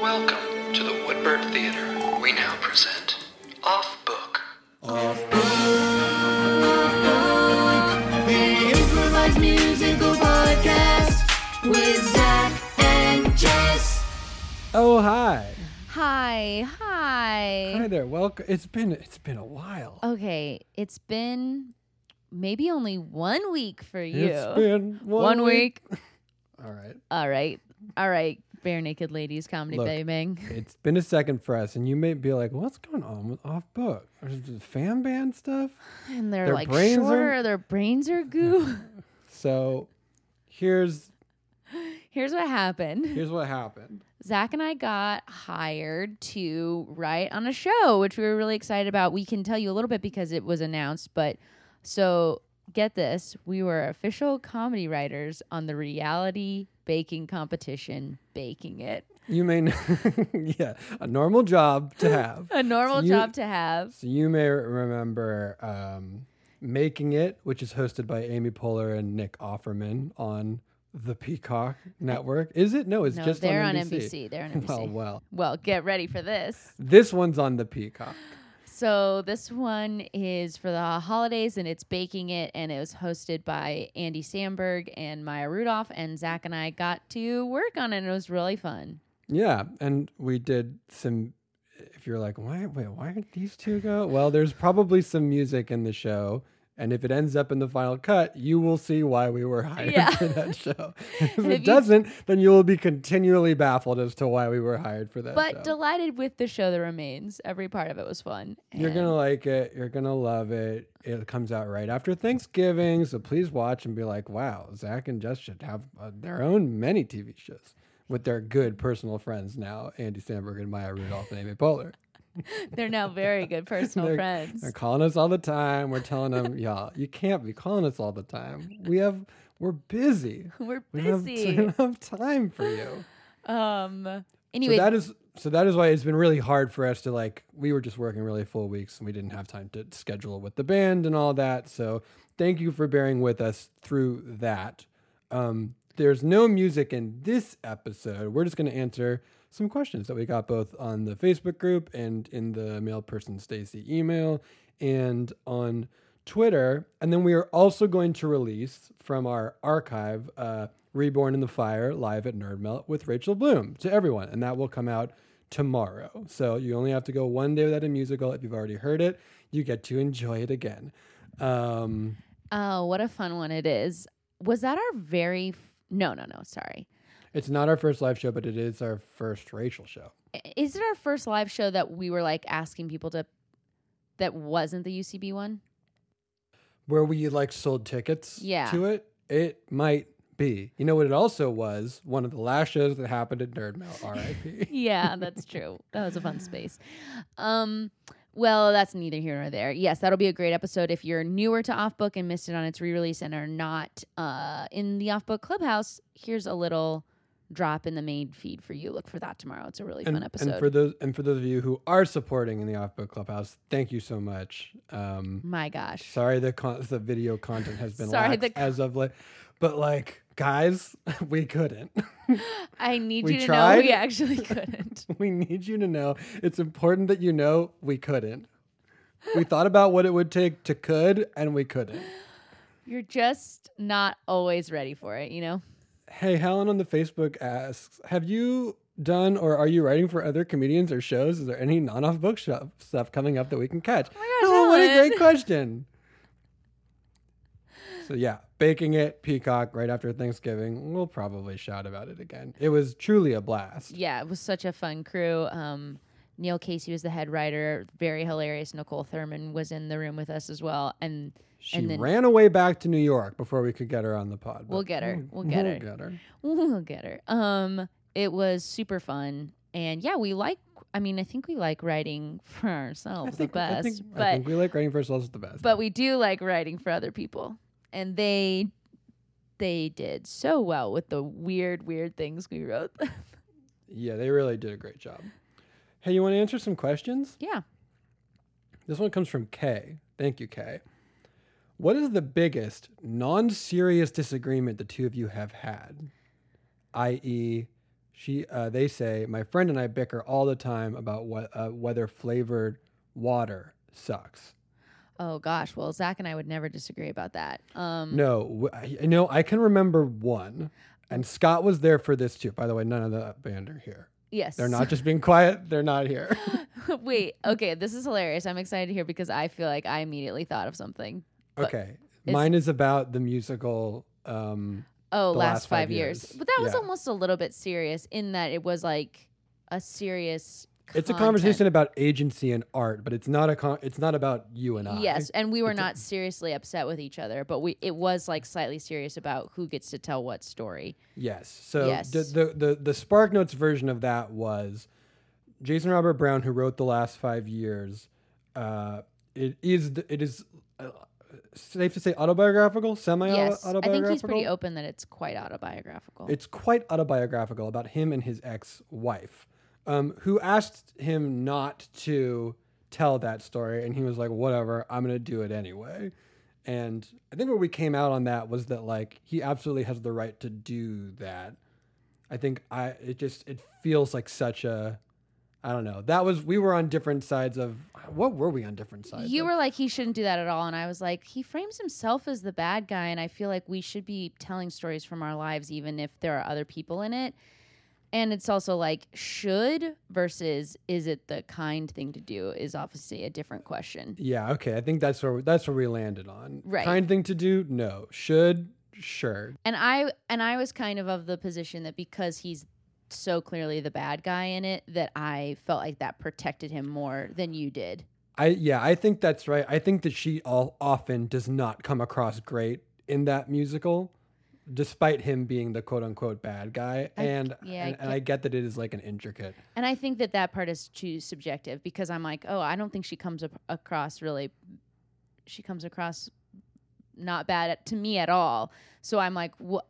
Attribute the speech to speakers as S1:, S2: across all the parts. S1: Welcome to the Woodbird Theater. We now present Off Book.
S2: Off book, the improvised musical podcast with Zach and Jess.
S3: Oh hi.
S4: Hi, hi.
S3: Hi there. Welcome. It's been it's been a while.
S4: Okay, it's been maybe only one week for you.
S3: It's been one,
S4: one, week.
S3: All right.
S4: All right, all right. Bare naked ladies comedy
S3: Look.
S4: baming.
S3: It's been a second for us, and you may be like, "What's going on with off book? Is it fan band stuff?"
S4: and they're
S3: Their
S4: like
S3: brains are-
S4: sure their brains are goo.
S3: So, here's
S4: Here's what happened.
S3: here's what happened.
S4: Zach and I got hired to write on a show, which we were really excited about. We can tell you a little bit because it was announced, but so get this. We were official comedy writers on the reality baking competition, baking it.
S3: You may, kn- yeah, a normal job to have.
S4: a normal
S3: You-
S4: job to have.
S3: So you may remember um, making it, which is hosted by Amy Poehler and Nick Offerman on the Peacock Network. Is it? No, it's
S4: No,
S3: just
S4: they're
S3: on
S4: on
S3: NBC.
S4: NBC. They're on
S3: Well,
S4: NBC.
S3: Oh, well,
S4: Well, get ready for this.
S3: this one's on the Peacock.
S4: So this one is for the holidays, and it's baking it, and it was hosted by Andy Samberg and Maya Rudolph, and Zach and I got to work on it, and it was really fun.
S3: Yeah, and we did some. If you're like, why, wait, why aren't these two go? Well, there's probably some music in the show, and if it ends up in the final cut, you will see why we were hired
S4: Yeah.
S3: for that show. if
S4: And if
S3: it
S4: you-
S3: doesn't, then you will be continually baffled as to why we were hired for that.
S4: But
S3: show.
S4: delighted with the show that remains. Every part of it was fun.
S3: You're gonna
S4: and-
S3: like it. You're gonna love it. It comes out right after Thanksgiving, so please watch and be like, "Wow, Zach and Jess should have uh, their own many TV shows with their good personal friends now, Andy Samberg and Maya Rudolph and Amy Poehler."
S4: They're now very good personal
S3: they're,
S4: friends.
S3: They're calling us all the time. We're telling them, "Y'all, you can't be calling us all the time. We have, we're busy.
S4: We're
S3: We don't have- we
S4: busy.
S3: don't have time for you."
S4: um. Anyway,
S3: So that is so that is why it's been really hard for us to like we were just working really full weeks and we didn't have time to schedule with the band and all that. So thank you for bearing with us through that. Um, there's no music in this episode. We're just going to answer some questions that we got both on the Facebook group and in the mail person Stacy email and on Twitter. And then we are also going to release from our archive uh, Reborn in the Fire live at Nerd Melt with Rachel Bloom to everyone. And that will come out tomorrow. So you only have to go one day without a musical. If you've already heard it, you get to enjoy it again. Um,
S4: oh, what a fun one it is. Was that our very? F- no, no, no. Sorry.
S3: it's not our first live show, but it is our first Rachel show.
S4: is it our first live show that we were like asking people to that wasn't the UCB one?
S3: where we like sold tickets
S4: Yeah.
S3: to it, it might be. You know what it also was? One of the last shows that happened at Nerd Melt, RIP.
S4: Yeah, that's true. That was a fun space. Um well, that's neither here nor there. Yes, that'll be a great episode. If you're newer to Off Book and missed it on its re-release and are not uh, in the Off Book Clubhouse, here's a little drop in the main feed for you. Look for that tomorrow. It's a really
S3: and,
S4: fun episode.
S3: and for those and for those of you who are supporting in the Off Book Clubhouse, thank you so much. Um,
S4: My gosh.
S3: sorry the con- the video content has been
S4: Sorry,
S3: lax
S4: the con-
S3: as of late, but like guys, we couldn't.
S4: I need
S3: we
S4: you to
S3: tried.
S4: know we actually couldn't.
S3: we need you to know. It's important that you know we couldn't. We thought about what it would take to could, and we couldn't.
S4: You're just not always ready for it, you know?
S3: Hey, Helen on the Facebook asks, have you done or are you writing for other comedians or shows? Is there any non-off book shop stuff coming up that we can catch? Oh,
S4: gosh,
S3: what a
S4: Helen.
S3: great question. So yeah, baking it, Peacock, right after Thanksgiving. We'll probably shout about it again. It was truly a blast.
S4: Yeah, it was such a fun crew. Um, Neil Casey was the head writer, very hilarious. Nicole Thurman was in the room with us as well, and
S3: She
S4: and then
S3: ran away back to New York before we could get her on the pod. but hmm,
S4: We'll get her. We'll get her.
S3: Get her.
S4: we'll get her. Um, it was super fun, and yeah, we like. I mean, I think we like writing for
S3: I
S4: ourselves
S3: think,
S4: the best,
S3: I think,
S4: but
S3: I think we like writing for ourselves the best.
S4: but we do like writing for other people, and they they did so well with the weird, weird things we wrote.
S3: yeah, they really did a great job. Hey, you want to answer some questions?
S4: yeah.
S3: This one comes from Kay. Thank you, Kay. What is the biggest non serious disagreement the two of you have had? I.e., she, uh, they say, my friend and I bicker all the time about what, uh, whether flavored water sucks.
S4: Oh gosh. Well, Zach and I would never disagree about that. Um,
S3: No, w- I know I can remember one, and Scott was there for this too. By the way, none of the band are here.
S4: Yes.
S3: They're not just being quiet, they're not here.
S4: Wait. Okay. This is hilarious. I'm excited to hear because I feel like I immediately thought of something.
S3: okay. Mine is about the musical. Um,
S4: Oh,
S3: The
S4: last,
S3: last
S4: five
S3: five
S4: years.
S3: years.
S4: But that was
S3: Yeah.
S4: almost a little bit serious in that it was like a serious.
S3: it's a
S4: content.
S3: conversation about agency and art, but it's not a con- it's not about you and I.
S4: Yes, and we were
S3: It's a-
S4: not seriously upset with each other, but we it was like slightly serious about who gets to tell what story.
S3: Yes. So
S4: Yes.
S3: The, the the the Spark Notes version of that was Jason Robert Brown, who wrote the last five years. Uh, it is th- it is uh, safe to say autobiographical, semi
S4: yes, I
S3: autobiographical.
S4: think he's pretty open that it's quite autobiographical.
S3: It's quite autobiographical about him and his ex-wife, um, who asked him not to tell that story, and he was like, "Whatever, I'm gonna do it anyway." And I think where we came out on that was that like he absolutely has the right to do that. I think I it just it feels like such a I don't know. That was we were on different sides of what were we on different sides?
S4: you
S3: of?
S4: were like he shouldn't do that at all and i was like he frames himself as the bad guy and i feel like we should be telling stories from our lives even if there are other people in it and it's also like should versus is it the kind thing to do is obviously a different question
S3: Yeah, okay. I think that's where that's where we landed on.
S4: Right.
S3: Kind thing to do? No. Should? Sure.
S4: and i and i was kind of of the position that because he's so clearly the bad guy in it that i felt like that protected him more than you did
S3: I yeah, I think that's right. I think that she all, often does not come across great in that musical, despite him being the quote unquote bad guy.
S4: I-
S3: and
S4: yeah, I
S3: and, and I get that it is like an intricate.
S4: And I think that that part is too subjective because I'm like, oh, I don't think she comes ap- across really. She comes across not bad at, to me at all. So I'm like, wha-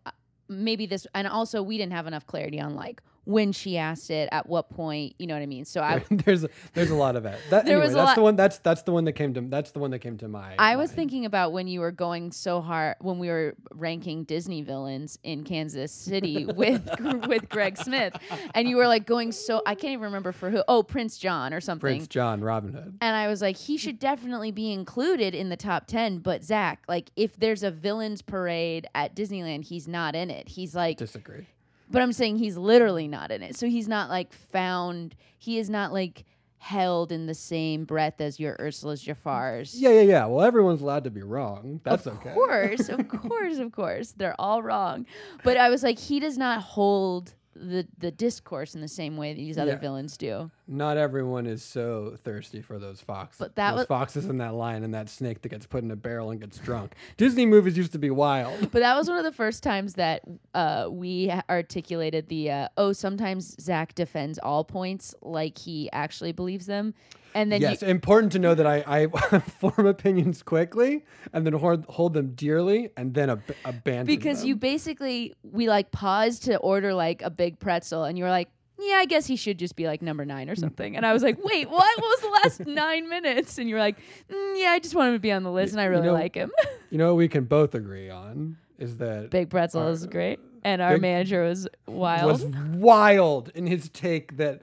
S4: maybe this. And also, we didn't have enough clarity on like when she asked it, at what point. You know what I mean? So I,
S3: there's a, there's a lot of it. That,
S4: Oh. There
S3: anyway,
S4: was a
S3: that's the
S4: lot-
S3: one. That's that's the one that came to that's the one that came to my.
S4: I was
S3: mind.
S4: thinking about when you were going so hard when we were ranking Disney villains in Kansas City with with Greg Smith, and you were like going so I can't even remember for who. Oh, Prince John or something.
S3: Prince John, Robin Hood.
S4: And I was like,
S3: Mm.
S4: he should definitely be included in the top 10. But Zach, like, if there's a villains parade at Disneyland, he's not in it. He's like,
S3: Disagree.
S4: but I'm saying he's literally not in it. So he's not like found, he is not like held in the same breath as your Ursula's Jafar's.
S3: Mm. Yeah, yeah, yeah. Well, everyone's allowed to be wrong. That's
S4: of
S3: okay.
S4: course, of course, of course. They're all wrong. But I was like, he does not hold the, the discourse in the same way these other
S3: Yeah.
S4: villains do.
S3: Not everyone is so thirsty for those foxes.
S4: But that
S3: those
S4: was-
S3: foxes and that lion and that snake that gets put in a barrel and gets drunk. Disney movies used to be wild.
S4: But that was one of the first times that uh, we ha- articulated the uh, oh, sometimes Zach defends all points like he actually believes them, and then
S3: yes,
S4: you,
S3: important to know that I, I form opinions quickly and then hoard, hold them dearly and then ab- abandon
S4: because you
S3: them.
S4: basically we like paused to order like a big pretzel, and you were like. Yeah, I guess he should just be like number nine or something. And I was like, wait, what? What was the last nine minutes? And you were like, mm, yeah, I just want him to be on the list, and I
S3: you
S4: really
S3: know-
S4: like him.
S3: You know what we can both agree on is that
S4: Big pretzel is great, and our
S3: Big-
S4: manager was wild.
S3: was wild in his take that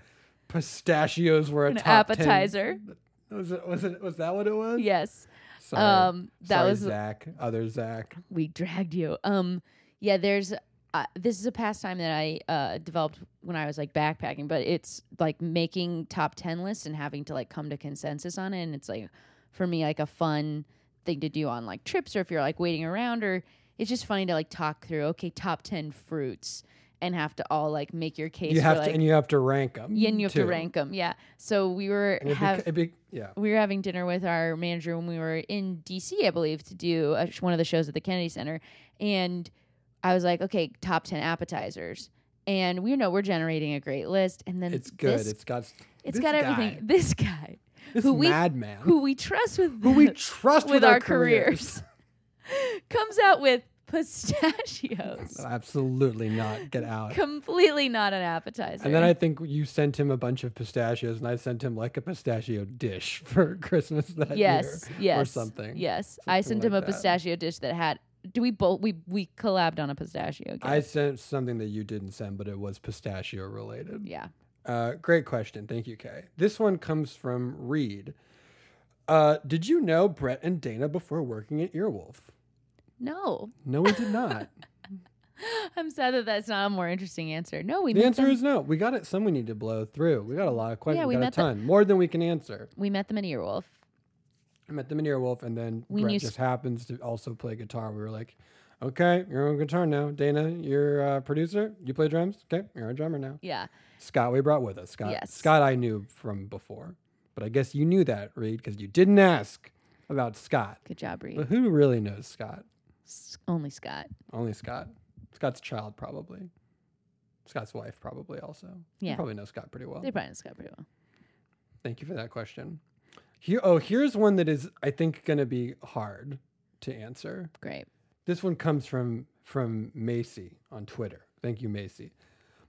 S3: pistachios were a
S4: An
S3: top 10
S4: appetizer.
S3: Was, it, was, it, was that what it was?
S4: yes,
S3: Sorry.
S4: um, that
S3: Sorry,
S4: was
S3: Zach, other Zach.
S4: we dragged you. Um, yeah, there's uh, this is a pastime that I uh, developed when I was like backpacking, but it's like making top 10 lists and having to like come to consensus on it. And it's like, for me, like a fun thing to do on like trips or if you're like waiting around or it's just funny to like talk through, okay, top 10 fruits and have to all like make your case.
S3: you have
S4: for,
S3: to
S4: like,
S3: and you have to rank them.
S4: yeah, and you have to rank them. Yeah. So we were
S3: And it
S4: have,
S3: bec- it bec- yeah.
S4: we were having dinner with our manager when we were in DC, I believe, to do a, sh- one of the shows at the Kennedy Center, and I was like, okay, top ten appetizers, and we know we're generating a great list, and then
S3: It's good.
S4: This,
S3: it's got
S4: it's
S3: this
S4: got
S3: guy,
S4: everything. This guy,
S3: This
S4: who we
S3: madman.
S4: who we trust with
S3: who we trust
S4: with our careers, comes out with pistachios.
S3: Absolutely not. Get out.
S4: Completely not an appetizer.
S3: And then I think you sent him a bunch of pistachios, and I sent him like a pistachio dish for Christmas that
S4: yes,
S3: year,
S4: yes,
S3: or something.
S4: Yes, I
S3: Something
S4: sent him
S3: like
S4: a
S3: that.
S4: pistachio dish that had. Do we both we we collabed on a pistachio? gift.
S3: I sent something that you didn't send, but it was pistachio related.
S4: Yeah.
S3: Uh, great question. Thank you, Kay. This one comes from Reed. Uh, did you know Brett and Dana before working at Earwolf?
S4: No.
S3: No, we did not.
S4: I'm sad that that's not a more interesting answer. No, we
S3: the
S4: met
S3: answer
S4: them,
S3: is no. We got it. Some we need to blow through. We got a lot of questions.
S4: Yeah, we
S3: we got a
S4: met the-
S3: ton more than we can answer.
S4: we met them in Earwolf.
S3: I met them in Earwolf, and then
S4: We
S3: Brett
S4: knew s-
S3: just happens to also play guitar. We were like, okay, you're on guitar now. Dana, you're a producer. You play drums. Okay, you're a drummer now.
S4: Yeah.
S3: Scott, we brought with us. Scott,
S4: Yes.
S3: Scott, I knew from before, but I guess you knew that, Reed, because you didn't ask about Scott.
S4: Good job, Reed.
S3: But who really knows Scott?
S4: S- Only Scott.
S3: Only Scott. Scott's child, probably. Scott's wife, probably also. You
S4: Yeah.
S3: probably know Scott pretty well.
S4: They probably know Scott pretty well.
S3: Thank you for that question. Here, oh, here's one that is, I think, going to be hard to answer.
S4: Great.
S3: This one comes from from Macy on Twitter. Thank you, Macy.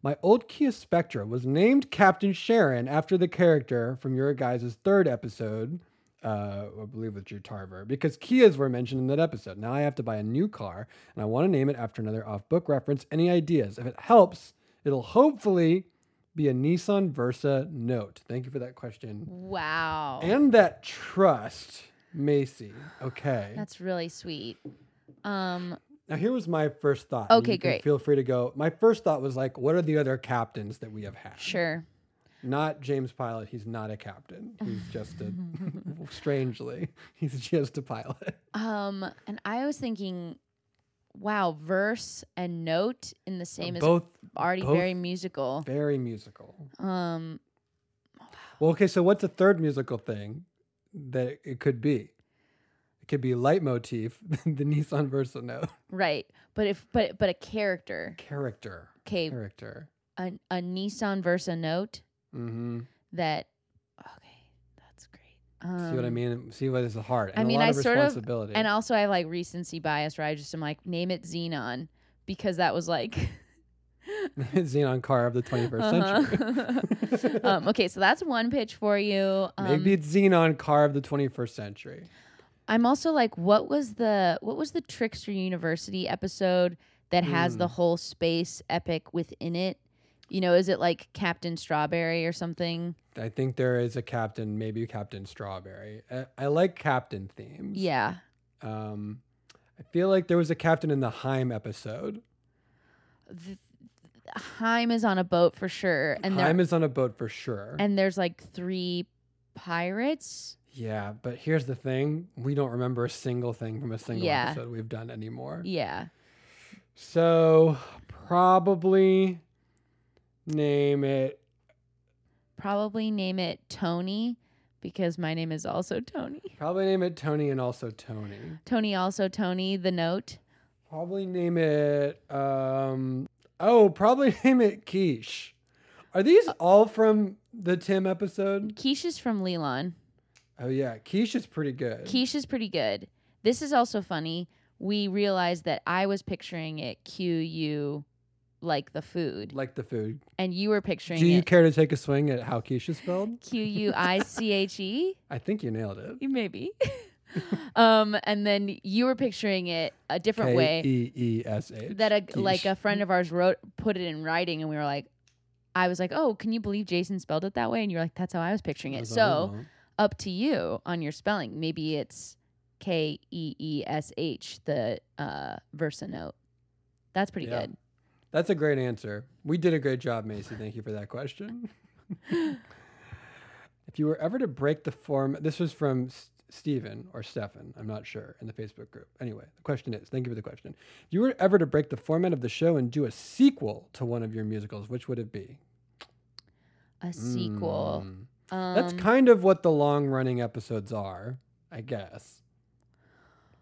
S3: My old Kia Spectra was named Captain Sharon after the character from your guys' third episode, uh, I believe with Drew Tarver, because Kias were mentioned in that episode. Now I have to buy a new car, and I want to name it after another off-book reference. Any ideas? If it helps, it'll hopefully be a Nissan Versa Note. Thank you for that question
S4: Wow.
S3: and that trust, Macy. Okay.
S4: That's really sweet. Um,
S3: Now here was my first thought. and
S4: Okay,
S3: you can
S4: great.
S3: Feel free to go. My first thought was like, what are the other captains that we have had?
S4: sure.
S3: Not James Pilot. He's not a captain. He's just a strangely, he's just a pilot.
S4: Um, and I was thinking, wow, verse and note in the same as
S3: both
S4: already
S3: both
S4: very musical.
S3: very musical.
S4: Um,
S3: Well, okay, so what's a third musical thing that it could be? It could be leitmotif, the Nissan Versa note.
S4: right. But if but but a character,
S3: Character.
S4: Okay.
S3: Character.
S4: a, a Nissan Versa note
S3: Mm-hmm.
S4: that. Okay, that's great. Um,
S3: See what I mean? See what is hard.
S4: I
S3: And
S4: mean,
S3: a lot
S4: I
S3: of
S4: sort of-
S3: responsibility.
S4: And also, I have like recency bias where I just am like, name it Xenon because that was like.
S3: Xenon car of the 21st century.
S4: Uh-huh. um, okay, so that's one pitch for you. Um,
S3: Maybe it's Xenon car of the 21st century.
S4: I'm also like, what was the what was the Trickster University episode that has
S3: Hmm.
S4: the whole space epic within it? You know, is it like Captain Strawberry or something?
S3: I think there is a captain, maybe Captain Strawberry. I, I like captain themes.
S4: Yeah.
S3: Um, I feel like there was a captain in the Heim episode.
S4: Heim is on a boat for sure, and there
S3: Heim is on a boat for sure.
S4: and there's like three pirates.
S3: yeah, but here's the thing we don't remember a single thing from a single
S4: Yeah.
S3: episode we've done anymore.
S4: Yeah.
S3: So probably name it
S4: probably name it Tony because my name is also Tony.
S3: Probably name it Tony and also Tony.
S4: Tony also Tony the note.
S3: Probably name it um oh, probably name it Quiche. Are these all from the Tim episode?
S4: Quiche is from Leland.
S3: Oh yeah, Quiche is pretty good.
S4: Quiche is pretty good. This is also funny. We realized that I was picturing it Q U like the food
S3: Like the food.
S4: and you were picturing
S3: Do you
S4: it
S3: care to take a swing at how quiche is spelled?
S4: Q U I C H E.
S3: I think you nailed it.
S4: Maybe. um and then you were picturing it a different way.
S3: K E E S H.
S4: that a, like
S3: Quiche.
S4: a friend of ours wrote put it in writing and we were like i was like oh can you believe jason spelled it that way and you're like that's how i was picturing it
S3: That's
S4: so
S3: all.
S4: up to you on your spelling maybe it's E k-e-e-s-h the uh versa note that's pretty
S3: Yeah.
S4: good
S3: That's a great answer. We did a great job, Macy. Thank you for that question. if you were ever to break the form, this was from S- Stephen or Stefan, I'm not sure, in the Facebook group. Anyway, the question is thank you for the question. If you were ever to break the format of the show and do a sequel to one of your musicals, which would it be?
S4: A sequel.
S3: Mm.
S4: Um,
S3: That's kind of what the long running episodes are, I guess.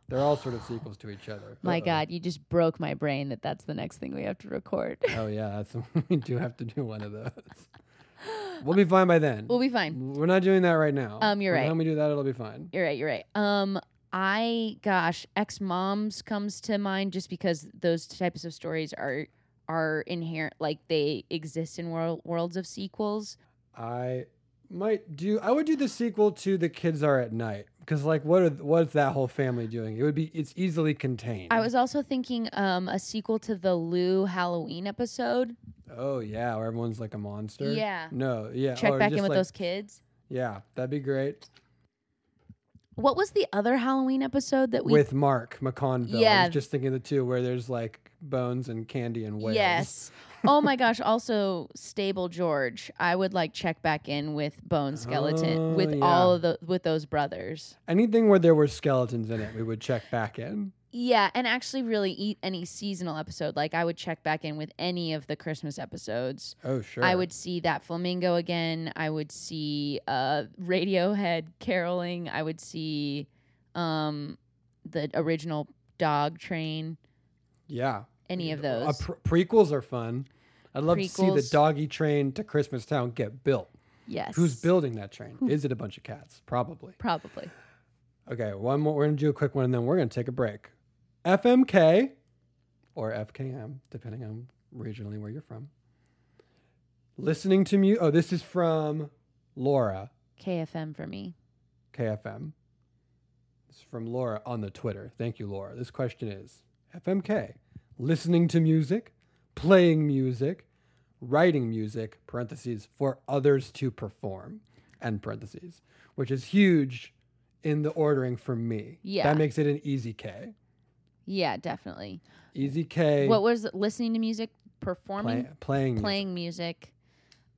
S3: They're all sort of sequels to each other.
S4: my
S3: Uh-oh.
S4: God, you just broke my brain that that's the next thing we have to record.
S3: Oh yeah, that's, we do have to do one of those. We'll be fine by then.
S4: we'll be fine.
S3: We're not doing that right now.
S4: Um, you're
S3: By the
S4: right.
S3: time we do that, it'll be fine.
S4: You're right. You're right. Um, I gosh, ex moms comes to mind just because those types of stories are are inherent, like they exist in world, worlds of sequels.
S3: I might do. I would do the sequel to The Kids Are at Night because, like, what are what's that whole family doing? It would be. It's easily contained.
S4: I was also thinking um, a sequel to the Lou Halloween episode.
S3: Oh yeah, where everyone's like a monster.
S4: Yeah.
S3: No. Yeah.
S4: Check
S3: or
S4: back
S3: just,
S4: in with
S3: like-
S4: those kids.
S3: Yeah, that'd be great.
S4: What was the other Halloween episode that we?
S3: with Mark McConville. I
S4: Yeah.
S3: was just thinking of the two where there's like bones and candy and whales.
S4: yes. oh my gosh! Also, Stable George. I would like check back in with Bone Skeleton
S3: Oh,
S4: with
S3: yeah.
S4: all of the with those brothers.
S3: Anything where there were skeletons in it, we would check back in.
S4: Yeah, and actually, really, eat any seasonal episode. Like, I would check back in with any of the Christmas episodes.
S3: Oh sure.
S4: I would see that flamingo again. I would see uh, Radiohead caroling. I would see um, the original Dog Train.
S3: Yeah.
S4: Any of
S3: Uh,
S4: those?
S3: pre- prequels are fun. I'd love to see the
S4: Prequels.
S3: doggy train to Christmas Town get built.
S4: Yes.
S3: Who's building that train? Is it a bunch of cats? Probably.
S4: Probably.
S3: Okay, one more. We're gonna do a quick one, and then we're gonna take a break. FMK or FKM, depending on regionally where you're from. Listening to music. Oh, this is from Laura.
S4: KFM for me.
S3: KFM. This is from Laura on the Twitter. Thank you, Laura. This question is FMK, listening to music, playing music, writing music, parentheses, for others to perform, end parentheses, which is huge in the ordering for me.
S4: Yeah.
S3: That makes it an easy K.
S4: Yeah, definitely.
S3: Easy K.
S4: What was it? listening to music, performing,
S3: play- playing music.
S4: playing music.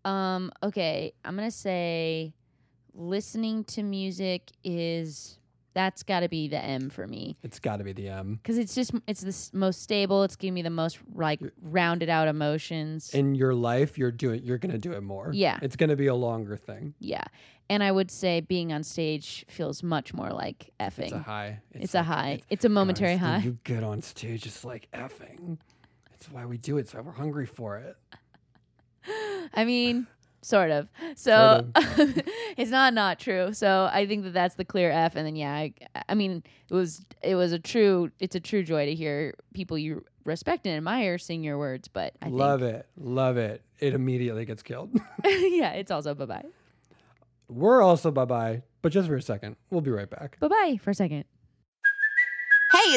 S4: Um, okay, I'm gonna say listening to music is that's got to be the M for me
S3: It's got to be the M.
S4: because it's just it's the s- most stable. It's giving me the most like rounded out emotions.
S3: In your life, you're doing. You're gonna do it more.
S4: Yeah.
S3: It's gonna be a longer thing.
S4: yeah, and I would say being on stage feels much more like effing.
S3: It's a high.
S4: It's a
S3: like-
S4: high.
S3: it's-
S4: It's, a momentary
S3: Guys, when
S4: high.
S3: You get on stage, it's like effing. That's why we do it. It's why we're hungry for it.
S4: I mean, sort of. So it's not not true. So I think that that's the clear F. And then yeah, I, I mean, it was it was a true it's a true joy to hear people you respect and admire sing your words. But I
S3: Love it. Love it. It immediately gets killed.
S4: think, yeah, it's also bye bye
S3: we're also bye bye, but just for a second. We'll be right back.
S4: bye bye for a second.
S5: Hey,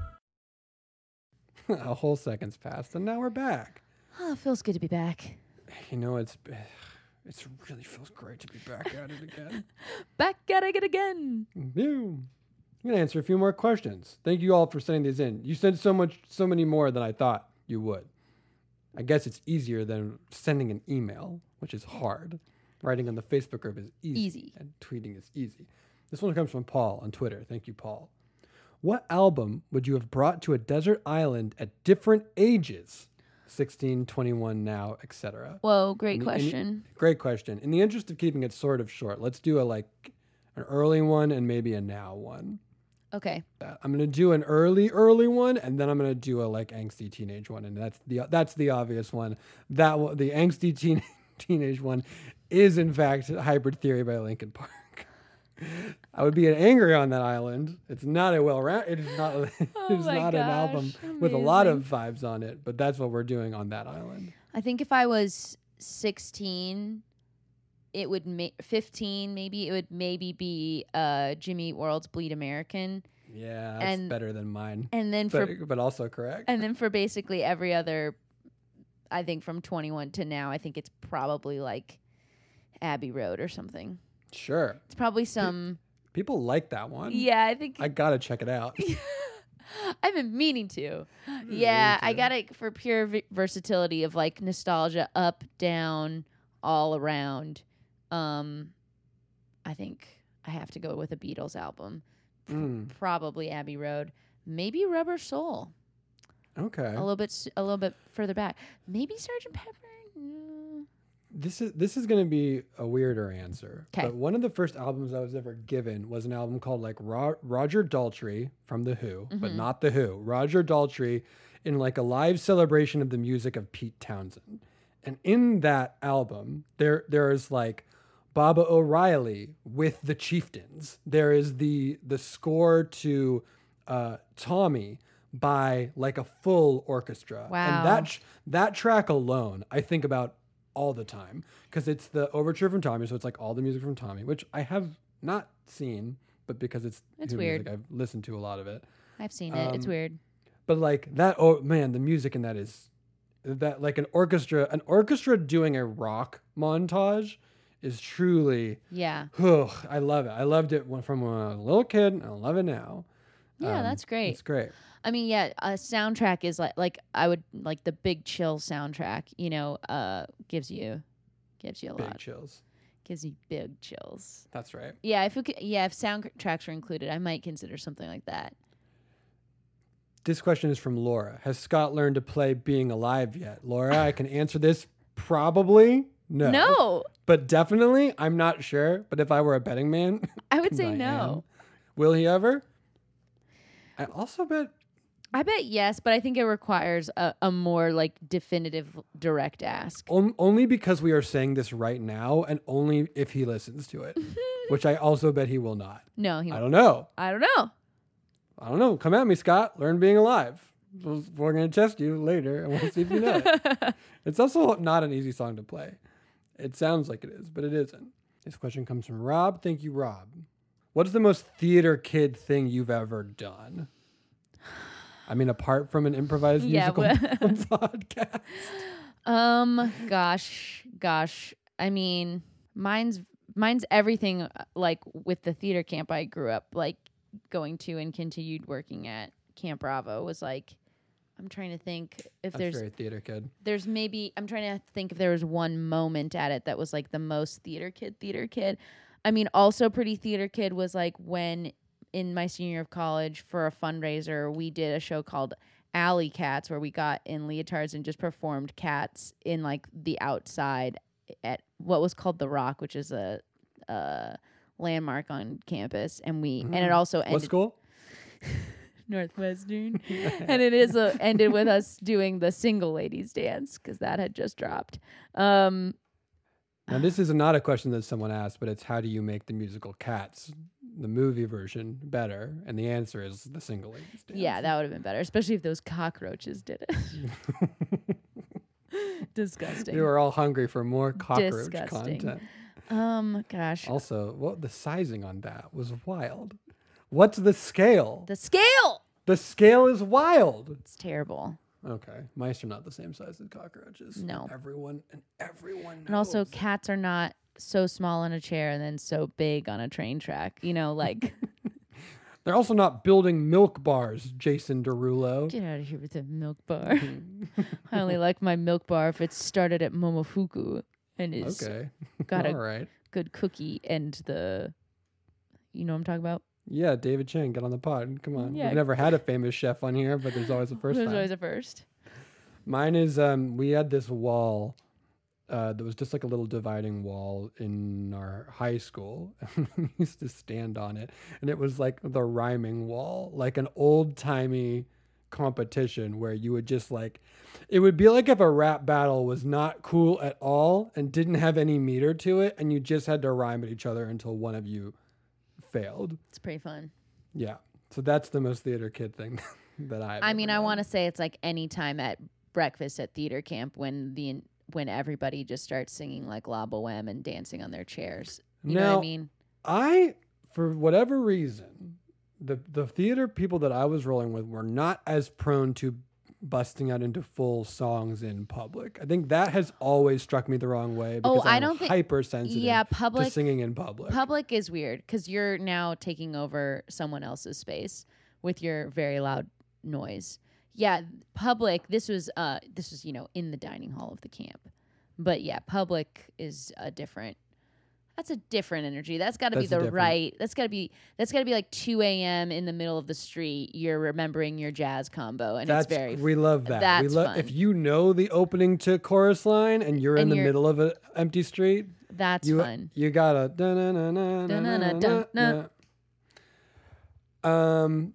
S3: a whole second's passed, and now we're back.
S4: Oh, it feels good to be back.
S3: You know, it's it's really feels great to be back at it again.
S4: Back at it again.
S3: Boom. I'm gonna answer a few more questions. Thank you all for sending these in. You sent so much, so many more than I thought you would. I guess it's easier than sending an email, which is hard. Writing on the Facebook group is easy,
S4: Easy.
S3: and tweeting is easy. This one comes from Paul on Twitter. Thank you, Paul. What album would you have brought to a desert island at different ages? 16, 21 now, etc.
S4: Whoa, great
S3: In the- in the-
S4: question.
S3: great question. In the interest of keeping it sort of short, let's do a like an early one and maybe a now one.
S4: Okay,
S3: Uh, I'm gonna do an early, early one, and then I'm gonna do a like angsty teenage one, and that's the that's the obvious one. That one, the angsty teen, teenage one, is in fact Hybrid Theory by Linkin Park. I would be an angry on that island. It's not a well round. It is not. it's
S4: Oh my
S3: not an album
S4: gosh,
S3: with a lot of
S4: amazing.
S3: vibes on it, but that's what we're doing on that island.
S4: I think if I was 16, it would make 15 maybe it would maybe be uh Jimmy Eat World's Bleed American
S3: Yeah, that's
S4: And-
S3: better than mine.
S4: and then for
S3: But, but also correct.
S4: and then for basically every other I think from 21 to now I think it's probably like Abbey Road or something.
S3: sure.
S4: It's probably some
S3: People like that one.
S4: Yeah, I think
S3: I gotta check it out.
S4: I've been meaning to. Yeah, I
S3: too.
S4: got it for pure v- versatility of like nostalgia, up, down, all around. Um, I think I have to go with a Beatles album, P-
S3: Mm.
S4: probably Abbey Road, maybe Rubber Soul,
S3: Okay.
S4: a little bit, s- a little bit further back, maybe Sergeant Pepper. No.
S3: This is this is going to be a weirder answer.
S4: 'Kay.
S3: But one of the first albums I was ever given was an album called like Ro- Roger Daltrey from the Who,
S4: Mm-hmm.
S3: but not the Who. Roger Daltrey in like a live celebration of the music of Pete Townsend. And in that album, there there is like Baba O'Reilly with the Chieftains. There is the the score to uh, Tommy by like a full orchestra.
S4: Wow.
S3: And that tr- that track alone, I think about all the time because it's the overture from Tommy, so it's like all the music from Tommy, which I have not seen, but because it's
S4: It's
S3: Who
S4: weird.
S3: music, I've listened to a lot of it.
S4: I've seen it. it's
S3: Um,
S4: weird.
S3: But like that, oh man, the music in that is that like an orchestra, an orchestra doing a rock montage is truly.
S4: Yeah,
S3: Ugh, I love it. I loved it when, from when I was a little kid, and I love it now.
S4: yeah,
S3: Um,
S4: that's great.
S3: It's great.
S4: I mean, yeah, a soundtrack is like like I would like the Big Chill soundtrack. You know, uh, gives you gives you a
S3: Big
S4: lot,
S3: chills.
S4: gives you big chills.
S3: That's right.
S4: Yeah, if we could, yeah, if soundtracks were included, I might consider something like that.
S3: This question is from Laura. Has Scott learned to play Being Alive yet? Laura, I can answer this probably no.
S4: No,
S3: But definitely, I'm not sure. But if I were a betting man,
S4: I would say
S3: I
S4: no.
S3: am. Will he ever? I also bet
S4: I bet yes, but I think it requires a, a more like definitive direct ask.
S3: on- only because we are saying this right now and only if he listens to it, which I also bet he will not.
S4: No, he.
S3: I
S4: won't.
S3: don't know.
S4: I don't know.
S3: I don't know. Come at me, Scott. Learn being alive. We'll- We're going to test you later and we'll see if you know it. It's also not an easy song to play. It sounds like it is, but it isn't. This question comes from Rob. Thank you, Rob. What's the most theater kid thing you've ever done? I mean, apart from an improvised
S4: Yeah,
S3: musical podcast.
S4: Um, gosh, gosh. I mean, mine's mine's everything uh, like with the theater camp I grew up like going to and continued working at Camp Bravo was like I'm trying to think if
S3: That's
S4: there's
S3: very theater kid.
S4: there's maybe I'm trying to think if there was one moment at it that was like the most theater kid theater kid. I mean, also pretty theater kid was like when in my senior year of college for a fundraiser we did a show called Alley Cats where we got in leotards and just performed cats in like the outside at what was called the Rock, which is a, a landmark on campus, and we and it also ended
S3: What school?
S4: Northwestern, and it is a, ended with us doing the single ladies dance because that had just dropped. Um,
S3: Now, this is not a question that someone asked, but it's how do you make the musical Cats, the movie version, better? And the answer is the single ladies. Dance.
S4: yeah, that would have been better, especially if those cockroaches did it. Disgusting.
S3: We were all hungry for more cockroach
S4: Disgusting.
S3: content.
S4: um, gosh,
S3: Also, well, the sizing on that was wild. What's the scale?
S4: the scale.
S3: The scale is wild.
S4: It's terrible.
S3: Okay, mice are not the same size as cockroaches.
S4: No.
S3: everyone and everyone. Knows.
S4: And also, cats are not so small in a chair and then so big on a train track. You know, like
S3: they're also not building milk bars, Jason Derulo.
S4: get out of here with the milk bar. I only like my milk bar if it's started at Momofuku and is
S3: Okay,
S4: got
S3: all
S4: a
S3: right.
S4: good cookie and the you know what I'm talking about?
S3: Yeah, David Chang, get on the pod. Come on.
S4: Yeah.
S3: We've never had a famous chef on here, but there's always a first
S4: There's
S3: time.
S4: always a first.
S3: Mine is um we had this wall uh that was just like a little dividing wall in our high school. we used to stand on it and it was like the rhyming wall, like an old-timey competition where you would just like it would be like if a rap battle was not cool at all and didn't have any meter to it and you just had to rhyme at each other until one of you failed.
S4: It's pretty fun.
S3: Yeah. So that's the most theater kid thing that I
S4: I mean, I want to say it's like any time at breakfast at theater camp when the when everybody just starts singing like La Boheme and dancing on their chairs. You know what
S3: Now-
S4: I mean?
S3: I, for whatever reason, the the theater people that I was rolling with were not as prone to busting out into full songs in public. I think that has always struck me the wrong way.
S4: Oh,
S3: because
S4: I
S3: I'm
S4: don't think-
S3: hypersensitive.
S4: Yeah,
S3: to
S4: public
S3: singing in public.
S4: public is weird because you're now taking over someone else's space with your very loud noise. Yeah, public. This was uh, this was you know in the dining hall of the camp, but yeah, public is a different. That's a different energy. That's got to be
S3: That's a
S4: the
S3: different-
S4: right. That's got to be that's got to be like two a.m. in the middle of the street. You're remembering your jazz combo, and
S3: that's
S4: it's very
S3: we love that. we
S4: that's
S3: love
S4: fun.
S3: if you know the opening to chorus line and you're in
S4: And
S3: the
S4: you're-
S3: middle of an empty street.
S4: that's
S3: you
S4: fun.
S3: you gotta da-na-na-na,
S4: Da-na-na,
S3: na-na-na,
S4: dun-na.
S3: na. Um,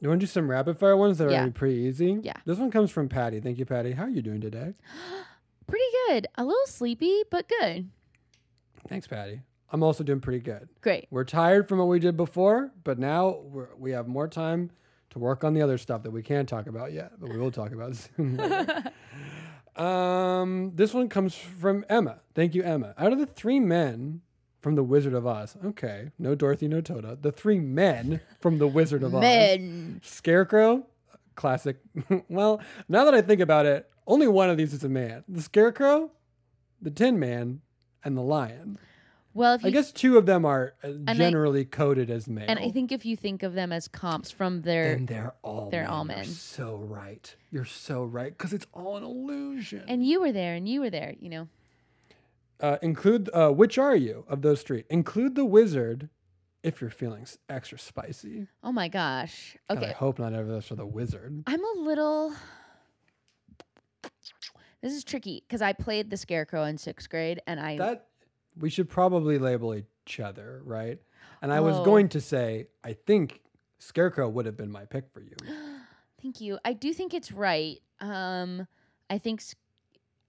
S3: you want to do some rapid fire ones that are
S4: Yeah.
S3: gonna be pretty easy?
S4: Yeah.
S3: This one comes from Patty. Thank you, Patty. How are you doing today?
S4: Pretty good. A little sleepy, but good.
S3: Thanks, Patty. I'm also doing pretty good.
S4: Great.
S3: We're tired from what we did before, but now we're, we have more time to work on the other stuff that we can't talk about yet, but we will talk about soon. later. um, this one comes from Emma. Thank you, Emma. Out of the three men from The Wizard of Oz, okay, no Dorothy, no Toto, the three men from The Wizard of
S4: Men.
S3: Oz, Scarecrow, classic. well, now that I think about it, only one of these is a man: the Scarecrow, the Tin Man, and the Lion.
S4: Well, if you
S3: I guess two of them are uh,
S4: I-
S3: generally coded as male.
S4: And I think if you think of them as comps from their
S3: and they're all
S4: they're
S3: men.
S4: all
S3: You're
S4: men.
S3: so right. You're so right because it's all an illusion.
S4: and you were there and you were there, you know.
S3: uh, include uh, which are you of those three? Include the wizard if you're feeling s- extra spicy.
S4: Oh my gosh.
S3: God, I
S4: Okay.
S3: hope not ever that's for the wizard.
S4: I'm a little This is tricky cuz I played the scarecrow in 6th grade and I
S3: That we should probably label each other, right? And I was
S4: Oh.
S3: going to say, I think Scarecrow would have been my pick for you.
S4: Thank you. I do think it's right. Um I think s-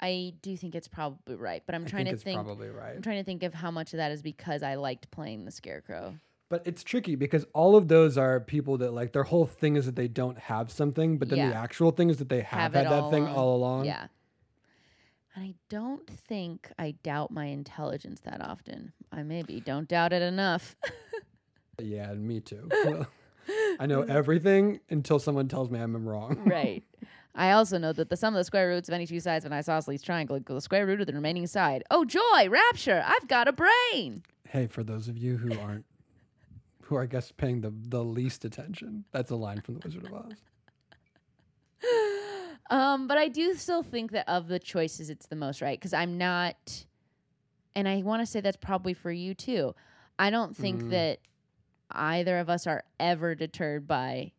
S4: I do think it's probably right, but I'm
S3: I
S4: trying
S3: think
S4: to
S3: it's
S4: think
S3: probably right.
S4: I'm trying to think of how much of that is because I liked playing the scarecrow.
S3: But it's tricky because all of those are people that like their whole thing is that they don't have something, but then the
S4: Yeah.
S3: actual thing is that they have,
S4: it
S3: had that thing all along.
S4: Yeah. And I don't think I doubt my intelligence that often. I maybe don't doubt it enough.
S3: Yeah, and me too. Well, I know everything until someone tells me I'm wrong.
S4: right. I also know that the sum of the square roots of any two sides of an isosceles triangle equals the square root of the remaining side. Oh joy, rapture! I've got a brain.
S3: Hey, for those of you who aren't, who are, I guess, paying the, the least attention, that's a line from The Wizard of Oz.
S4: Um, but I do still think that of the choices, it's the most right because I'm not, and I want to say that's probably for you too. I don't think
S3: Mm.
S4: that either of us are ever deterred by.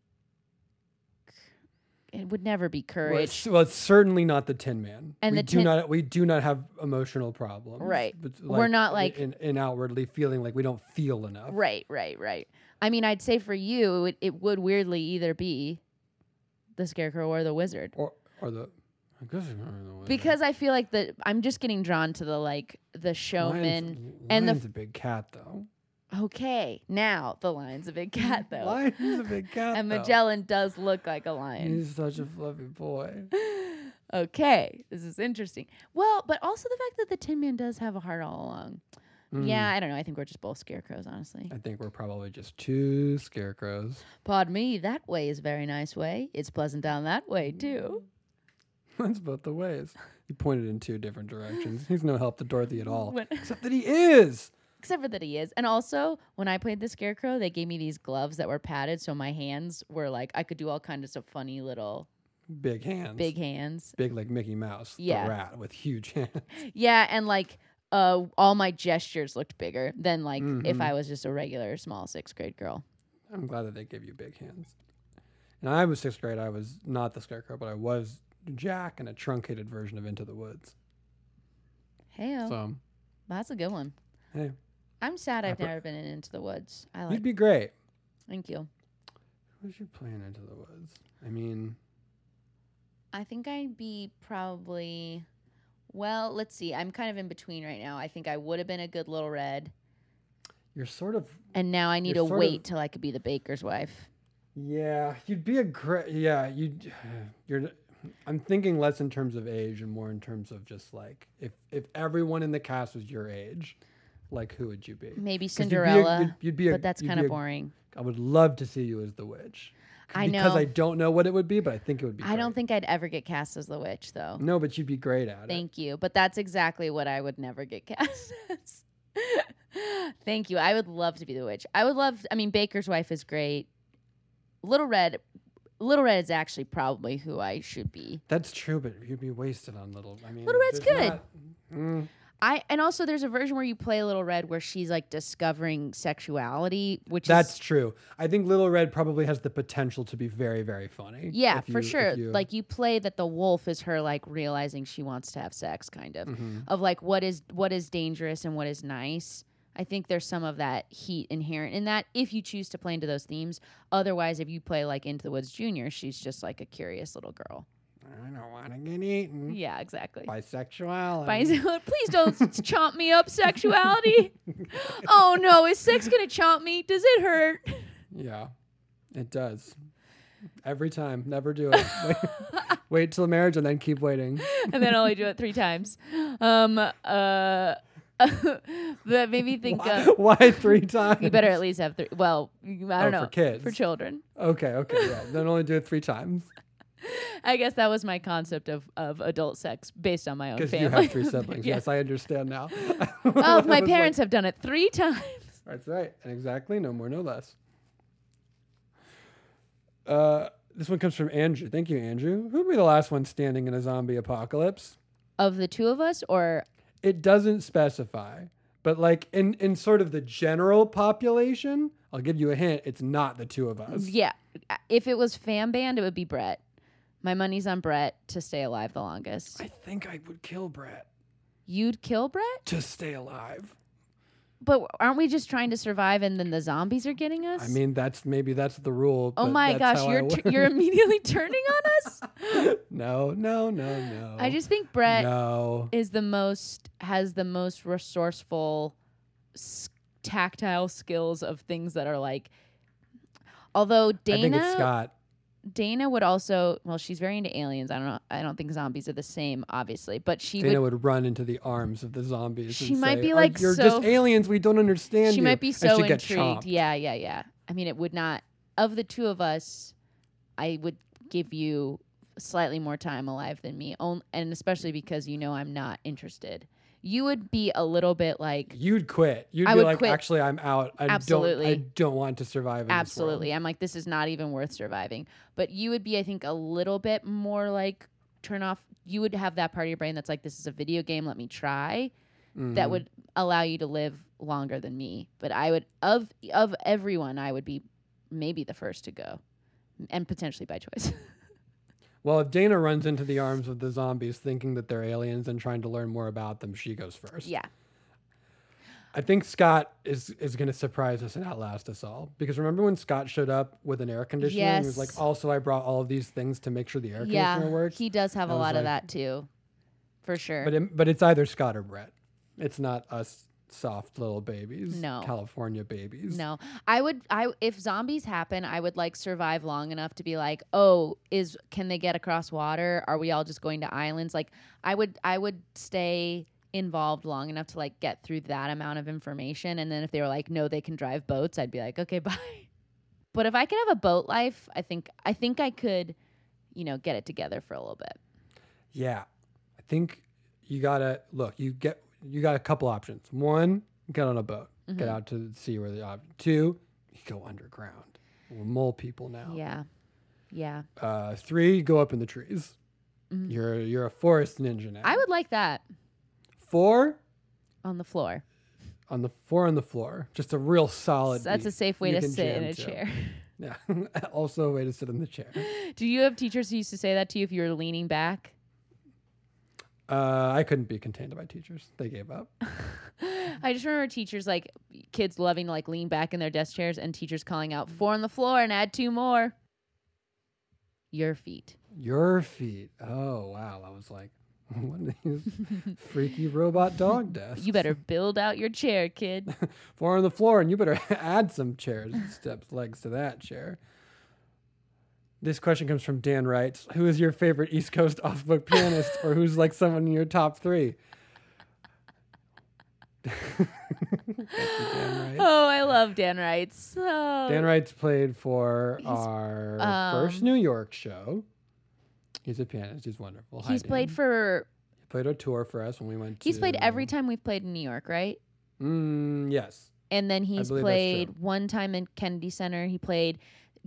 S4: It would never be
S3: Well
S4: courage.
S3: it's, well, it's certainly not the Tin Man.
S4: And
S3: we
S4: the
S3: do
S4: Tin-
S3: not we do not have emotional problems.
S4: Right.
S3: but,
S4: We're not, like-
S3: in, in outwardly feeling like we don't feel enough.
S4: Right, right, right. I mean, I'd say for you, it, it would weirdly either be the scarecrow or the wizard.
S3: Or or the I guess it's not the Wizard.
S4: Because I feel like the I'm just getting drawn to the like the showman and the
S3: a big cat though.
S4: Okay, now the lion's a big cat, though.
S3: Lion's a big cat.
S4: and
S3: though.
S4: Magellan does look like a lion.
S3: He's such a fluffy boy.
S4: Okay, this is interesting. Well, but also the fact that the Tin Man does have a heart all along.
S3: Mm.
S4: Yeah, I don't know. I think we're just both scarecrows, honestly.
S3: I think we're probably just two scarecrows.
S4: Pardon me, that way is a very nice way. It's pleasant down that way,
S3: Mm.
S4: too.
S3: That's both the ways. He pointed in two different directions. He's no help to Dorothy at all, except that he is.
S4: Except for that he is. And also, when I played the scarecrow, they gave me these gloves that were padded, so my hands were like, I could do all kinds of funny little
S3: Big hands.
S4: big hands.
S3: Big like Mickey Mouse,
S4: Yeah.
S3: the rat with huge hands.
S4: Yeah, and like uh, all my gestures looked bigger than like
S3: Mm-hmm.
S4: if I was just a regular small sixth grade girl.
S3: I'm glad that they gave you big hands. And I was sixth grade. I was not the scarecrow, but I was Jack in a truncated version of Into the Woods.
S4: Hey,
S3: So
S4: that's a good one.
S3: hey,
S4: I'm sad I've never been in Into the Woods. I like.
S3: you'd be great.
S4: Thank you.
S3: Who's you playing Into the Woods? I mean,
S4: I think I'd be probably. Well, let's see. I'm kind of in between right now. I think I would have been a good little red,
S3: you're sort of
S4: and now I need
S3: You're
S4: to
S3: sort of-
S4: wait till I could be the baker's wife.
S3: yeah. You'd be a great yeah. You would you're I'm thinking less in terms of age and more in terms of just like if if everyone in the cast was your age, like who would you be?
S4: Maybe
S3: 'Cause you'd be a-
S4: Cinderella.
S3: you'd- you'd be a-
S4: but that's
S3: you'd be
S4: kind of
S3: a-
S4: boring.
S3: I would love to see you as the witch. C-
S4: I
S3: because I
S4: know.
S3: don't know what it would be, but I think it would be.
S4: I don't
S3: great.
S4: think I'd ever get cast as the witch, though.
S3: No, but you'd be great at it.
S4: Thank you. But that's exactly what I would never get cast as. Thank you. I would love to be the witch. I would love, I mean, Baker's wife is great. Little Red, Little Red is actually probably who I should be.
S3: That's true, but you'd be wasted on little. I mean,
S4: Little Red's
S3: there's
S4: good.
S3: not- Mm,
S4: I and also there's a version where you play Little Red where she's like discovering sexuality, which
S3: that's
S4: is
S3: true. I think Little Red probably has the potential to be very, very funny.
S4: yeah,
S3: if you-
S4: for
S3: if
S4: sure.
S3: you-
S4: like you play that the wolf is her like realizing she wants to have sex kind of
S3: Mm-hmm.
S4: of like what is what is dangerous and what is nice. I think there's some of that heat inherent in that if you choose to play into those themes. Otherwise, if you play like Into the Woods Junior, she's just like a curious little girl.
S3: I don't want to get eaten.
S4: Yeah, exactly.
S3: Bisexuality.
S4: By please don't chomp me up sexuality. oh no, is sex gonna chomp me? Does it hurt?
S3: Yeah, it does. Every time, never do it. Wait, wait till marriage and then keep waiting.
S4: and then only do it three times. Um, uh, that made me think
S3: Why,
S4: of
S3: why three times?
S4: you better at least have three. Well, I don't
S3: Oh, for
S4: know
S3: kids.
S4: for children.
S3: Okay, okay, yeah. Then only do it three times
S4: I guess that was my concept of of adult sex based on my own
S3: because
S4: family.
S3: you have three siblings.
S4: Yeah.
S3: Yes, I understand now.
S4: Oh,
S3: I
S4: my
S3: was
S4: parents have done it three times.
S3: like, That's right, and exactly, no more, no less. Uh, this one comes from Andrew. Thank you, Andrew. Who'd be the last one standing in a zombie apocalypse?
S4: Of the two of us, or
S3: it doesn't specify but like in in sort of the general population i'll give you a hint it's not the two of us
S4: yeah, if it was fan band, it would be Brett. My money's on Brett to stay alive the longest.
S3: i think i would kill brett
S4: You'd kill Brett,
S3: to stay alive
S4: but aren't we just trying to survive? And then the zombies are getting us.
S3: i mean that's maybe that's the rule
S4: Oh
S3: but
S4: my
S3: that's
S4: gosh,
S3: how I
S4: you're
S3: work.
S4: t- you're immediately turning on us.
S3: no no no no
S4: I just think Brett
S3: no
S4: is the most has the most resourceful s- tactile skills of things that are like although
S3: i think it's
S4: Dana
S3: scott
S4: Dana would also well she's very into aliens. I don't know I don't think zombies are the same obviously, but she
S3: Dana
S4: would
S3: would, run into the arms of the zombies.
S4: She
S3: and
S4: might
S3: say,
S4: be,
S3: "Oh,
S4: like,
S3: "You're
S4: so-
S3: just aliens. We don't understand."
S4: she
S3: you,"
S4: might be
S3: and
S4: so
S3: she'd get
S4: intrigued.
S3: chomped.
S4: Yeah, yeah, yeah. I mean it would not of the two of us I would give you slightly more time alive than me. On, and especially because you know I'm not interested. You would be a little bit like
S3: You'd quit. You'd
S4: I
S3: be
S4: would
S3: like,
S4: quit.
S3: "Actually, I'm out. I
S4: Absolutely.
S3: don't. I don't want to survive." In this world."
S4: absolutely i'm like this is not even worth surviving but you would be i think a little bit more like turn off you would have that part of your brain that's like this is a video game let me try that
S3: Mm-hmm.
S4: would allow you to live longer than me but i would of of everyone i would be maybe the first to go and potentially by choice
S3: Well, if Dana runs into the arms of the zombies thinking that they're aliens and trying to learn more about them, she goes first.
S4: yeah
S3: I think Scott is is going to surprise us and outlast us all. Because remember when Scott showed up with an air conditioner and he was
S4: Yes.
S3: like, also, I brought all of these things to make sure the air
S4: yeah
S3: conditioner works?
S4: he does have a
S3: I was
S4: lot
S3: like-
S4: of that too for sure
S3: But, it, but it's either Scott or Brett. It's not us soft little babies.
S4: No.
S3: California babies.
S4: No, I would. I if zombies happen, I would like survive long enough to be like, oh, is can they get across water? Are we all just going to islands? Like, I would. I would stay involved long enough to like get through that amount of information, and then if they were like, no, they can drive boats, I'd be like, okay, bye. But if I could have a boat life, I think I think I could, you know, get it together for a little bit.
S3: Yeah. I think you gotta look, you get you got a couple options. One, get on a boat. Get
S4: Mm-hmm.
S3: out to see where the ob- two, you go underground. We're mole people now.
S4: Yeah, yeah,
S3: Uh three, you go up in the trees. You're you're a forest ninja now.
S4: Mm-hmm. I would like that
S3: four
S4: on the floor.
S3: on the four on the floor. Just a real solid
S4: That's
S3: beat
S4: a safe way
S3: Oh, you
S4: to
S3: can
S4: sit in
S3: jam
S4: a
S3: to.
S4: chair.
S3: Yeah. also a way to sit in the chair.
S4: Do you have teachers who used to say that to you if you were leaning back?
S3: Uh, I couldn't be contained by teachers. They gave up.
S4: I just remember teachers like kids loving to like lean back in their desk chairs and teachers calling out four on the floor and add two more. Your feet.
S3: Your feet. Oh wow! I was like, what are these freaky robot dog desks?
S4: You better build out your chair, kid.
S3: four on the floor, and you better add some chairs, steps, legs to that chair. This question comes from Dan Wright. Who is your favorite East Coast off book pianist, or who's like someone in your top three?
S4: Oh, I love Dan Wright. So
S3: Dan Wright's played for our
S4: um,
S3: first New York show. He's a pianist. He's wonderful. Hi,
S4: he's
S3: Dan.
S4: played for
S3: He played a tour for us when we went.
S4: he's played
S3: to-
S4: every time we've played in New York, right?
S3: Mm, yes.
S4: And then
S3: believe
S4: he's
S3: that's true.
S4: played one time in Kennedy Center. He played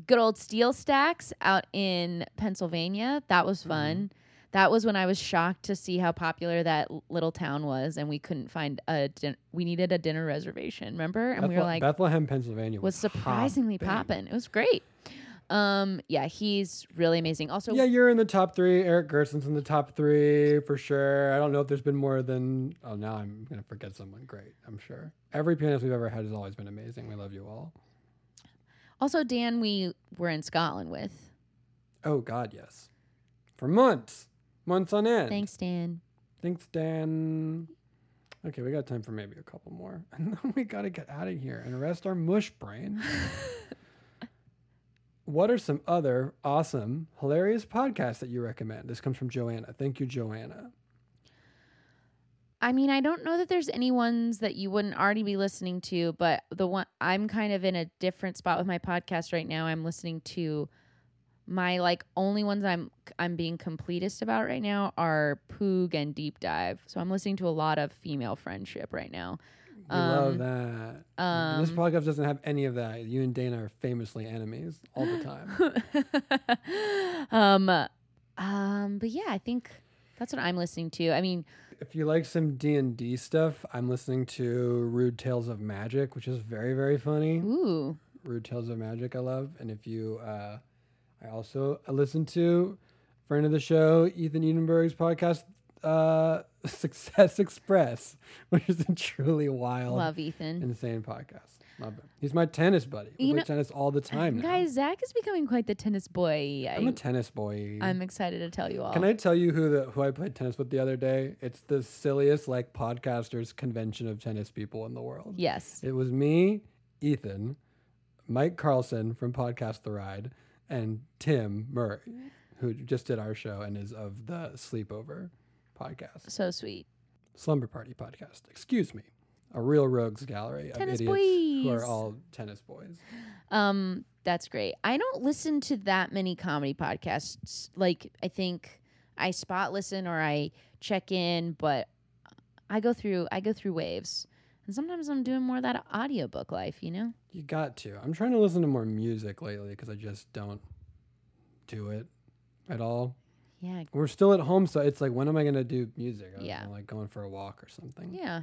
S4: good old Steel Stacks out in Pennsylvania. That
S3: Mm-hmm.
S4: was fun. That was when I was shocked to see how popular that l- little town was, and we couldn't find a din- we needed a dinner reservation. Remember? And we were
S3: Bethle-
S4: like,
S3: Bethlehem, Pennsylvania
S4: was surprisingly
S3: popping.
S4: poppin'. It was great. Um, yeah, he's really amazing. Also,
S3: Yeah, you're in the top three. Eric Gerson's in the top three for sure. I don't know if there's been more than. Oh, now I'm gonna forget someone great. I'm sure every pianist we've ever had has always been amazing. We love you all.
S4: also Dan, we were in Scotland with.
S3: Oh God, yes, for months, months on end.
S4: Thanks, Dan.
S3: Thanks, Dan. Okay, we got time for maybe a couple more, and then we gotta get out of here and rest our mush brain. what are some other awesome, hilarious podcasts that you recommend? This comes from Joanna. Thank you, Joanna.
S4: I mean, I don't know that there's any ones that you wouldn't already be listening to, but the one I'm kind of in a different spot with my podcast right now. I'm listening to my like only ones I'm I'm being completest about right now are Poog and Deep Dive. So I'm listening to a lot of female friendship right now.
S3: We love that. And this podcast doesn't have any of that. You and Dana are famously enemies all the time.
S4: um, um, but yeah, I think that's what I'm listening to. I mean,
S3: if you like some D and D stuff, I'm listening to Rude Tales of Magic, which is very very funny.
S4: ooh,
S3: Rude Tales of Magic, I love. And if you, uh, I also I listen to friend of the show Ethan Edenberg's podcast, uh, Success Express, which is a truly wild,
S4: love Ethan.
S3: insane podcast. Love him. He's my tennis buddy. We
S4: You
S3: play
S4: know-
S3: tennis all the time. now.
S4: Guys, Zach is becoming quite the tennis boy.
S3: I'm a
S4: I,
S3: tennis boy.
S4: I'm excited to tell you all.
S3: Can I tell you who the who I played tennis with the other day? It's the silliest like podcasters convention of tennis people in the world.
S4: Yes.
S3: It was me, Ethan, Mike Carlson from Podcast The Ride, and Tim Murray, who just did our show and is of the Sleepover podcast,
S4: So sweet.
S3: Slumber Party podcast. Excuse me. A real rogues gallery of
S4: Tennis
S3: idiots who
S4: boys.
S3: are all tennis boys.
S4: Um, that's great. I don't listen to that many comedy podcasts. Like I think I spot listen or I check in, but I go through I go through waves. And sometimes I'm doing more of that audiobook life, you know?
S3: You got to. I'm trying to listen to more music lately because I just don't do it at all.
S4: Yeah.
S3: We're still at home, so it's like, when am I gonna do music? I was
S4: Yeah.
S3: kinda like going for a walk or something.
S4: Yeah.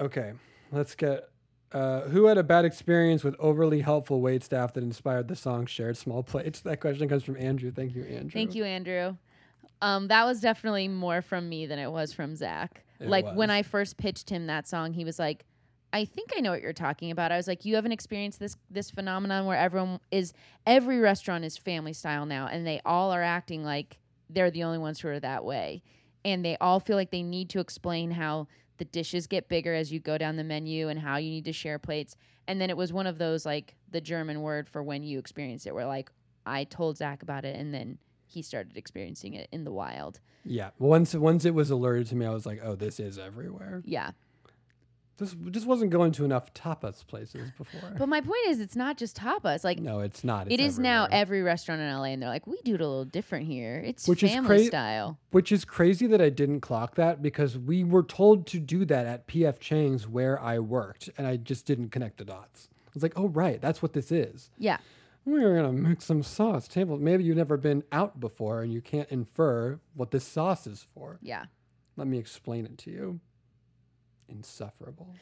S3: Okay, let's get. Uh, who had a bad experience with overly helpful wait staff that inspired the song "Shared Small Plates"? That question comes from Andrew. Thank you, Andrew.
S4: Thank you, Andrew. Um, that was definitely more from me than it was from Zach.
S3: It
S4: like when
S3: was.
S4: I first pitched him that song, he was like, "I think I know what you're talking about." I was like, "You haven't experienced this this phenomenon where everyone is every restaurant is family style now, and they all are acting like they're the only ones who are that way, and they all feel like they need to explain how." The dishes get bigger as you go down the menu, and how you need to share plates. And then it was one of those, like the German word for when you experience it, where like I told Zach about it, and then he started experiencing it in the wild.
S3: Yeah, once once it was alerted to me, I was like, "Oh, this is everywhere."
S4: Yeah.
S3: This just wasn't going to enough tapas places before.
S4: But my point is, it's not just tapas. Like,
S3: no, it's not. It's
S4: it is now
S3: everywhere.
S4: every restaurant in LA, and they're like, we do it a little different here. It's
S3: Which is
S4: family
S3: cra-
S4: style.
S3: Which is crazy that I didn't clock that because we were told to do that at PF Chang's where I worked, and I just didn't connect the dots. I was like, "Oh, right, that's what this is."
S4: Yeah.
S3: We're gonna make some sauce. Table. Maybe you've never been out before and you can't infer what this sauce is for.
S4: Yeah.
S3: Let me explain it to you. Insufferable.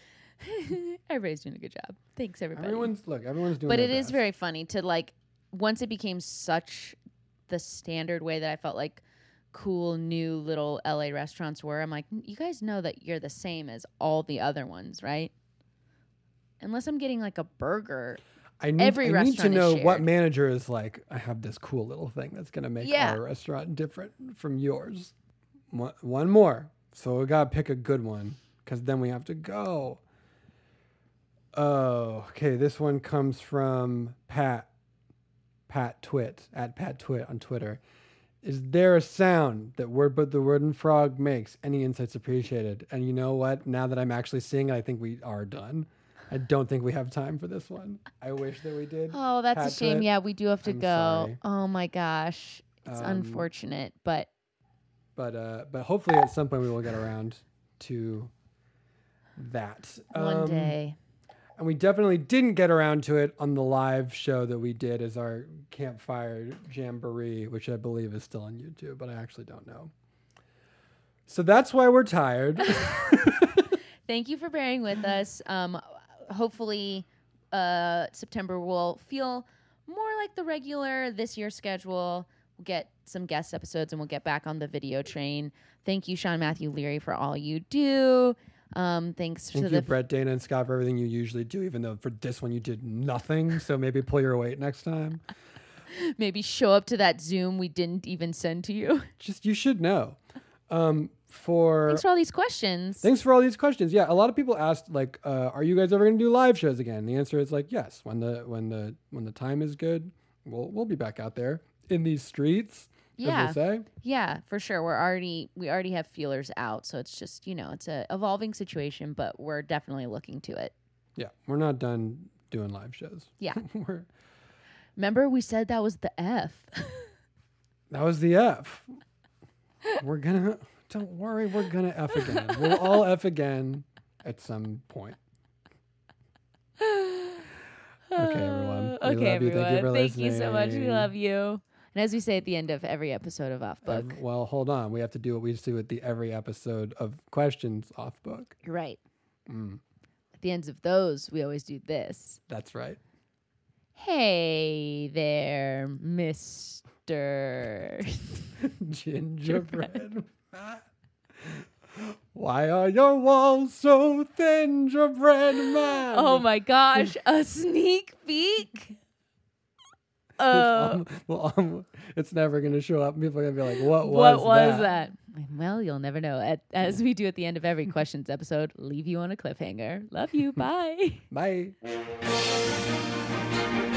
S4: Everybody's doing a good job. Thanks, everybody.
S3: Everyone's look. Everyone's doing.
S4: but
S3: their
S4: it is
S3: best.
S4: very funny to like, once it became such the standard way that I felt like cool new little LA restaurants were, I'm like, you guys know that you're the same as all the other ones, right? Unless I'm getting like a burger
S3: I need,
S4: every
S3: I need to
S4: restaurant is
S3: know what
S4: shared.
S3: manager is like. I have this cool little thing that's gonna make
S4: Yeah.
S3: our restaurant different from yours. One, one more. So we gotta pick a good one because then we have to go. Oh, okay. This one comes from Pat. Pat Twit at Pat Twit on Twitter. Is there a sound that word but the wooden frog makes? Any insights appreciated? And you know what? Now that I'm actually seeing it, I think we are done. I don't think we have time for this one. I wish that we did.
S4: Oh, that's
S3: Pat
S4: a shame.
S3: Twitt.
S4: Yeah, we do have to
S3: I'm
S4: go.
S3: sorry.
S4: Oh my gosh. It's
S3: Um,
S4: unfortunate, but
S3: But uh, but hopefully at some point we will get around to that.
S4: one
S3: Um,
S4: day.
S3: and we definitely didn't get around to it on the live show that we did as our campfire jamboree, which I believe is still on YouTube, but I actually don't know. So that's why we're tired.
S4: Thank you for bearing with us. Um, hopefully, uh, September will feel more like the regular this year schedule. We'll get some guest episodes and we'll get back on the video train. Thank you, Sean Matthew Leary, for all you do. Um, thanks
S3: Thank
S4: to
S3: you,
S4: the
S3: Brett, Dana, and Scott, for everything you usually do, even though for this one you did nothing. So maybe pull your weight next time.
S4: maybe show up to that Zoom we didn't even send to you.
S3: Just you should know. Um, for
S4: thanks for all these questions.
S3: Thanks for all these questions. Yeah, a lot of people asked like, uh, "Are you guys ever going to do live shows again?" the answer is like, yes. When the when the when the time is good, we'll we'll be back out there in these streets.
S4: Yeah.
S3: As they say.
S4: Yeah, for sure. We're already we already have feelers out, so it's just you know it's a evolving situation, but we're definitely looking to it.
S3: Yeah, we're not done doing live shows.
S4: Yeah.
S3: we're,
S4: Remember we said that was the F.
S3: that was the F. we're gonna. Don't worry, we're gonna F again. we'll all F again at some point. Okay, everyone. We
S4: Uh, okay,
S3: love you.
S4: everyone.
S3: Thank you for
S4: Thank you so much. We
S3: listening.
S4: love you. And as we say at the end of every episode of Off Book,
S3: Ev- well, hold on. We have to do what we do with the every episode of questions off book.
S4: you're right.
S3: Mm.
S4: At the ends of those, we always do this.
S3: That's right.
S4: Hey there, Mister.
S3: Gingerbread. Why are your walls so thin, gingerbread man?
S4: oh my gosh, a sneak peek.
S3: It's,
S4: Oh.
S3: um, well, um, it's never going to show up. People are going to be like, what was
S4: what
S3: that?
S4: was that? Well, you'll never know. At, as we do at the end of every questions episode, leave you on a cliffhanger. Love you. Bye.
S3: Bye.
S2: Thank